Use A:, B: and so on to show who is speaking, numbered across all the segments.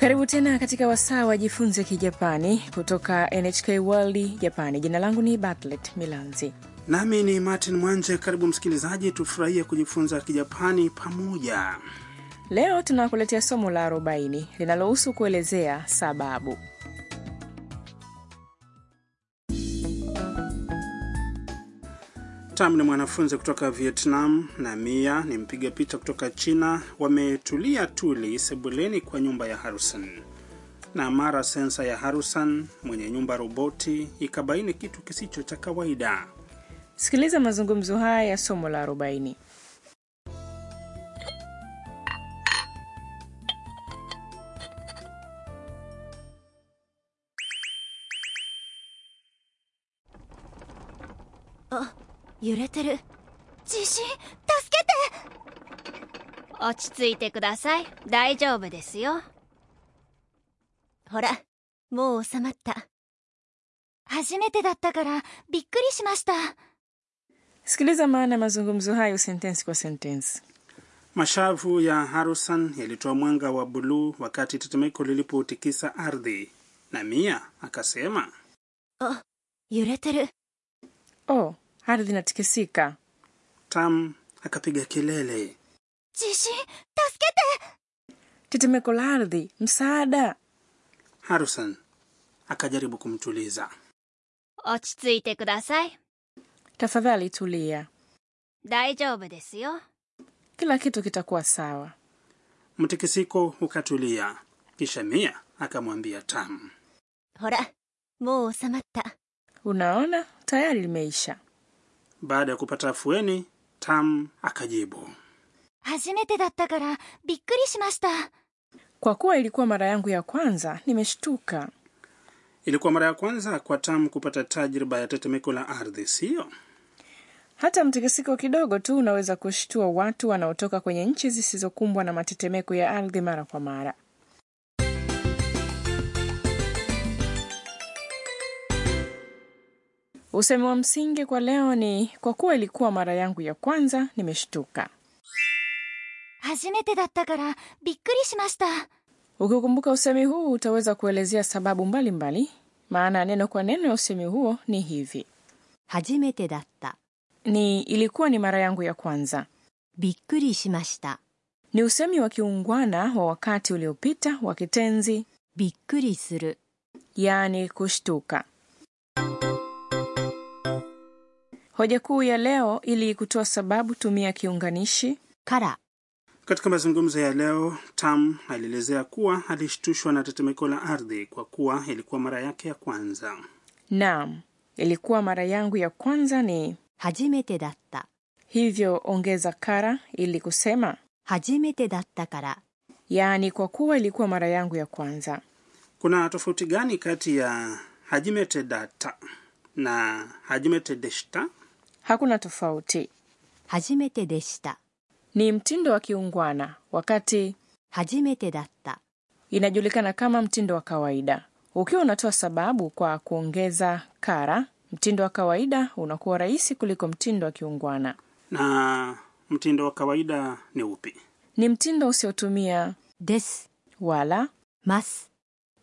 A: Karibu tena katika wasaa wajifunze Kijapani kutoka NHK World Japani. Jina langu ni Bartlett Milanzi.
B: Nami ni Martin Mwanje. Karibu msikilizaji, tufurahie kujifunza Kijapani pamoja.
A: Leo tunakuletea somo la 40 linalohusu kuelezea sababu.
B: Tam ni mwanafunzi kutoka Vietnam na Mia ni mpiga picha kutoka China. Wametulia tuli sebuleni kwa nyumba ya Harrison, na mara sensa ya Harrison mwenye nyumba roboti ikabaini kitu kisicho cha kawaida.
A: Sikiliza mazungumzo haya ya somo la 40.
C: あ揺れてる
D: 地震助けて
C: 落ち着いてください大丈夫ですよ
D: ほらもう収まった初めてだったからびっくりしました
A: Sikiliza maana ya mazungumzo hayo sentensi kwa sentensi.
B: Mashavu ya Harrison yalitoa mwanga wa buluu wakati tetemeko lilipotikisa ardhi, na Mia akasema
D: あ揺れてる
A: Oh, ardhi inatikisika.
B: Tam akapiga kelele.
D: 地震助けて
A: Tetemeko la ardhi, msaada.
B: Harrison akajaribu kumtuliza.
C: 落ち着いてください
A: Tafadhali tulia,
C: 大丈夫ですよ
A: kila kitu kitakuwa sawa.
B: Mtikisiko ukatulia, kisha Mia akamwambia Tam,
D: ほらもう収まった
A: Unaona, tayari limeisha.
B: baada ya kupata afueni, Tam akajibu.
D: 初めてだったからびっくりしました
A: Kwa kuwa ilikuwa mara yangu ya kwanza, nimeshtuka.
B: Ilikuwa mara ya kwanza kwa Tam kupata tajriba ya tetemeko la ardhi, siyo?
A: Hata mtikisiko kidogo tu unaweza kushtua watu wanaotoka kwenye nchi zisizokumbwa na matetemeko ya ardhi mara kwa mara. Usemi wa msingi kwa leo ni kwa kuwa ilikuwa mara yangu ya kwanza, nimeshtuka.
D: 初めてだったからびっくりしました
A: Ukikumbuka usemi huu utaweza kuelezea sababu mbalimbali mbali. Maana ya neno kwa neno ya usemi huo ni hivi:
C: 初めてだった
A: ni ilikuwa ni mara yangu ya kwanza.
C: びっくりしました
A: Ni usemi wa kiungwana wa wakati uliopita wa kitenzi
C: びっくりする
A: yaani kushtuka. Hoja kuu ya leo ili kutoa sababu tumia kiunganishi
C: から
B: Katika mazungumzo ya leo, Tam alielezea kuwa alishtushwa na tetemeko la ardhi kwa kuwa ilikuwa mara yake ya kwanza.
A: naam, ilikuwa mara yangu ya kwanza ni
C: 初めてだった
A: hivyo, ongeza kara ili kusema
C: 初めてだったから
A: yaani kwa kuwa ilikuwa mara yangu ya kwanza.
B: Kuna tofauti gani kati ya hajimete data na hajimete deshita?
A: Hakuna tofauti,
C: 初めてでした
A: ni mtindo wa kiungwana wakati
C: 初めてだった
A: inajulikana kama mtindo wa kawaida. Ukiwa unatoa sababu kwa kuongeza kara, mtindo wa kawaida unakuwa rahisi kuliko mtindo wa kiungwana.
B: Na mtindo wa kawaida ni upi?
A: Ni mtindo usiotumia
C: です
A: wala.
C: ます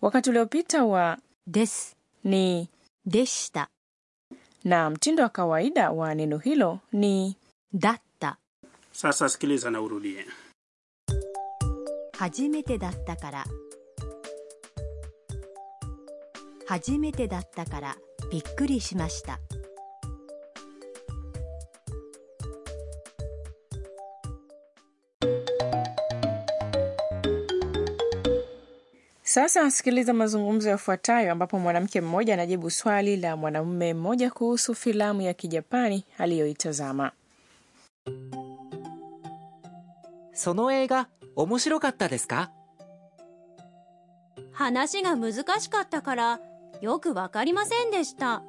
A: Wakati uliopita wa
C: です
A: ni
C: でした
A: na mtindo wa kawaida wa neno hilo ni
C: だった
B: Sasa sikiliza na urudie.
C: 初めてだったから初めてだったからびっくりしました
A: Sasa sikiliza mazungumzo yafuatayo, ambapo mwanamke mmoja anajibu swali la mwanamume mmoja kuhusu filamu ya Kijapani aliyoitazama.
E: その映画面白かったですか
F: 話が難しかったからよくわかりませんでした。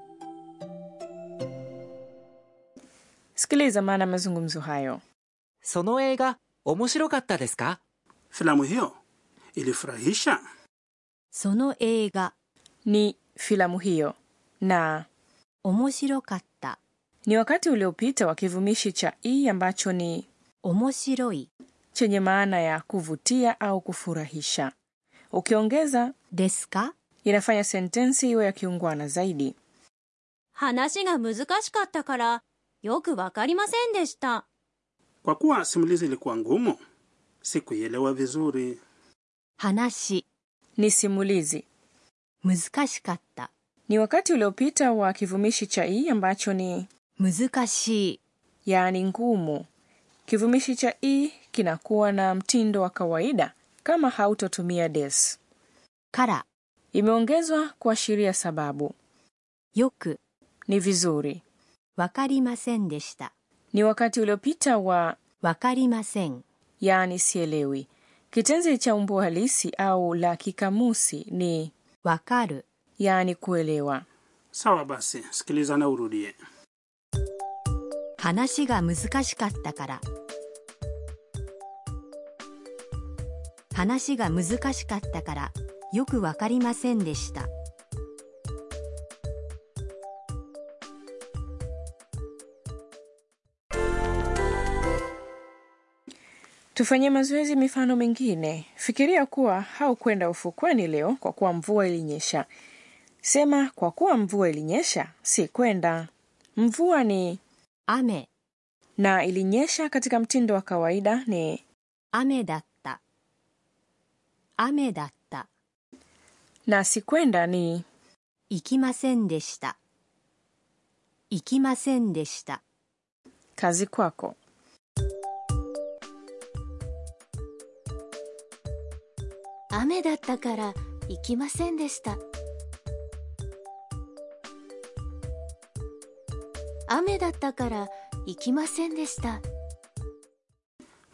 A: Sikiliza maana ya mazungumzo hayo.
E: その映画面白かったですか
B: Filamu hiyo ilifurahisha.
C: その映画
A: ni filamu hiyo na
C: 面白かった
A: ni wakati uliopita wa kivumishi cha i ambacho ni
C: 面白い
A: chenye maana ya kuvutia au kufurahisha Ukiongeza
G: ですか
A: inafanya sentensi iwe ya kiungwana zaidi.
F: 話が難しかったからよくわかりませんでした。
B: Kwa kuwa simulizi ilikuwa ngumu, sikuielewa vizuri.
G: 話
A: Ni simulizi.
G: 難しかった
A: Ni wakati uliopita wa kivumishi cha i ambacho ni
G: 難しい
A: yaani ngumu. Kivumishi cha i kinakuwa na mtindo wa kawaida kama hautotumia des.
G: から
A: Imeongezwa kuashiria sababu.
G: よく
A: Ni vizuri.
G: わかりませんでした
A: Ni wakati uliopita wa
G: わかりません
A: yaani sielewi. Kitenzi cha umbo halisi au la kikamusi ni
G: わかる
A: yaani kuelewa.
B: Sawa basi, sikiliza na urudie.
G: 話が難しかったから話が難しかったからよくわかりませんでした
A: Tufanye mazoezi mifano mingine. Fikiria kuwa haukwenda ufukweni leo kwa kuwa mvua ilinyesha. Sema kwa kuwa mvua ilinyesha, si kwenda. Mvua ni
G: 雨
A: na ilinyesha katika mtindo wa kawaida ni
G: 雨だった雨だった。
A: na si kwenda ni
G: 行きませんでした行きませんでした
A: kazi kwako.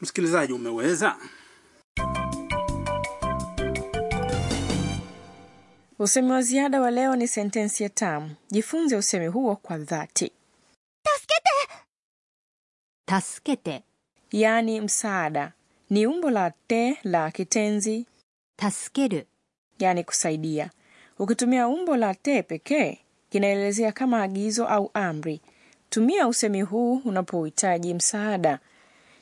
B: Msikilizaji, umeweza?
A: Usemi wa ziada wa leo ni sentensi ya tamu. Jifunze usemi huo kwa dhati,
G: 助けて
A: yaani msaada. Ni umbo la te la kitenzi
G: 助ける
A: yaani kusaidia. Ukitumia umbo la te pekee kinaelezea kama agizo au amri. Tumia usemi huu unapohitaji msaada.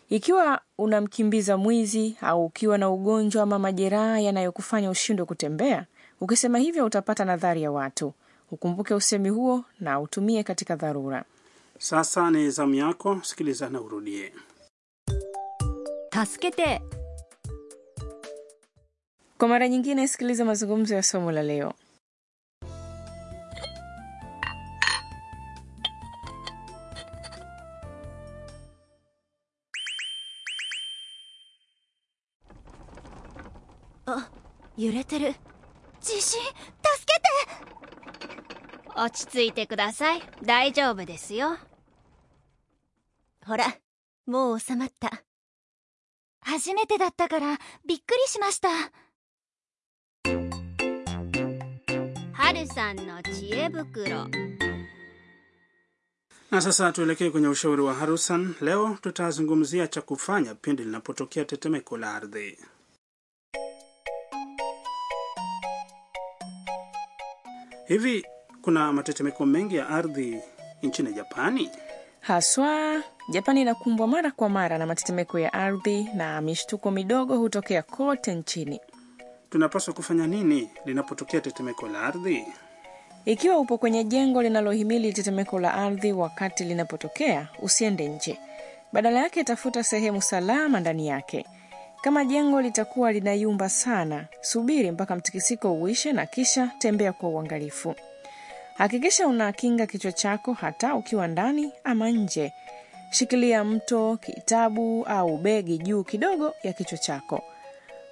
A: Ikiwa unamkimbiza mwizi au ukiwa na ugonjwa ama majeraha yanayokufanya ushindwe kutembea, ukisema hivyo utapata nadhari ya watu. Ukumbuke usemi huo na utumie katika dharura.
B: Sasa ni zamu yako, sikiliza na urudie.
G: 助けて
A: Kwa mara nyingine, sikiliza mazungumzo ya somo la leo.
D: 揺れてる地震助けて
C: 落ち着いてください大丈夫ですよ
D: ほらもう収まった初めてだったからびっくりしました
C: はるさんの知恵袋
B: Na sasa tuelekee kwenye ushauri wa Harusan. Leo tutazungumzia cha kufanya pindi linapotokea tetemeko la ardhi. Hivi kuna matetemeko mengi ya ardhi nchini Japani?
A: Haswa, Japani inakumbwa mara kwa mara na matetemeko ya ardhi na mishtuko midogo hutokea kote nchini.
B: Tunapaswa kufanya nini linapotokea tetemeko la ardhi?
A: Ikiwa upo kwenye jengo linalohimili tetemeko la ardhi wakati linapotokea, usiende nje. Badala yake tafuta sehemu salama ndani yake. Kama jengo litakuwa linayumba sana, subiri mpaka mtikisiko uishe na kisha tembea kwa uangalifu. Hakikisha unakinga kichwa chako hata ukiwa ndani ama nje. Shikilia mto, kitabu au begi juu kidogo ya kichwa chako.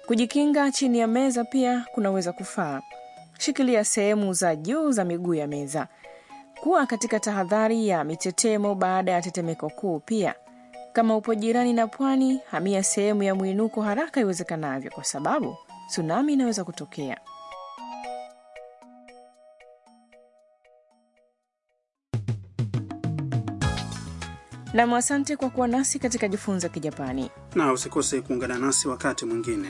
A: Kujikinga chini ya meza pia kunaweza kufaa. Shikilia sehemu za juu za miguu ya meza. Kuwa katika tahadhari ya mitetemo baada ya tetemeko kuu pia. Kama upo jirani na pwani, hamia sehemu ya mwinuko haraka iwezekanavyo, kwa sababu tsunami inaweza kutokea. Nam, asante kwa kuwa nasi katika Jifunza Kijapani.
B: Na usikose kuungana nasi wakati mwingine.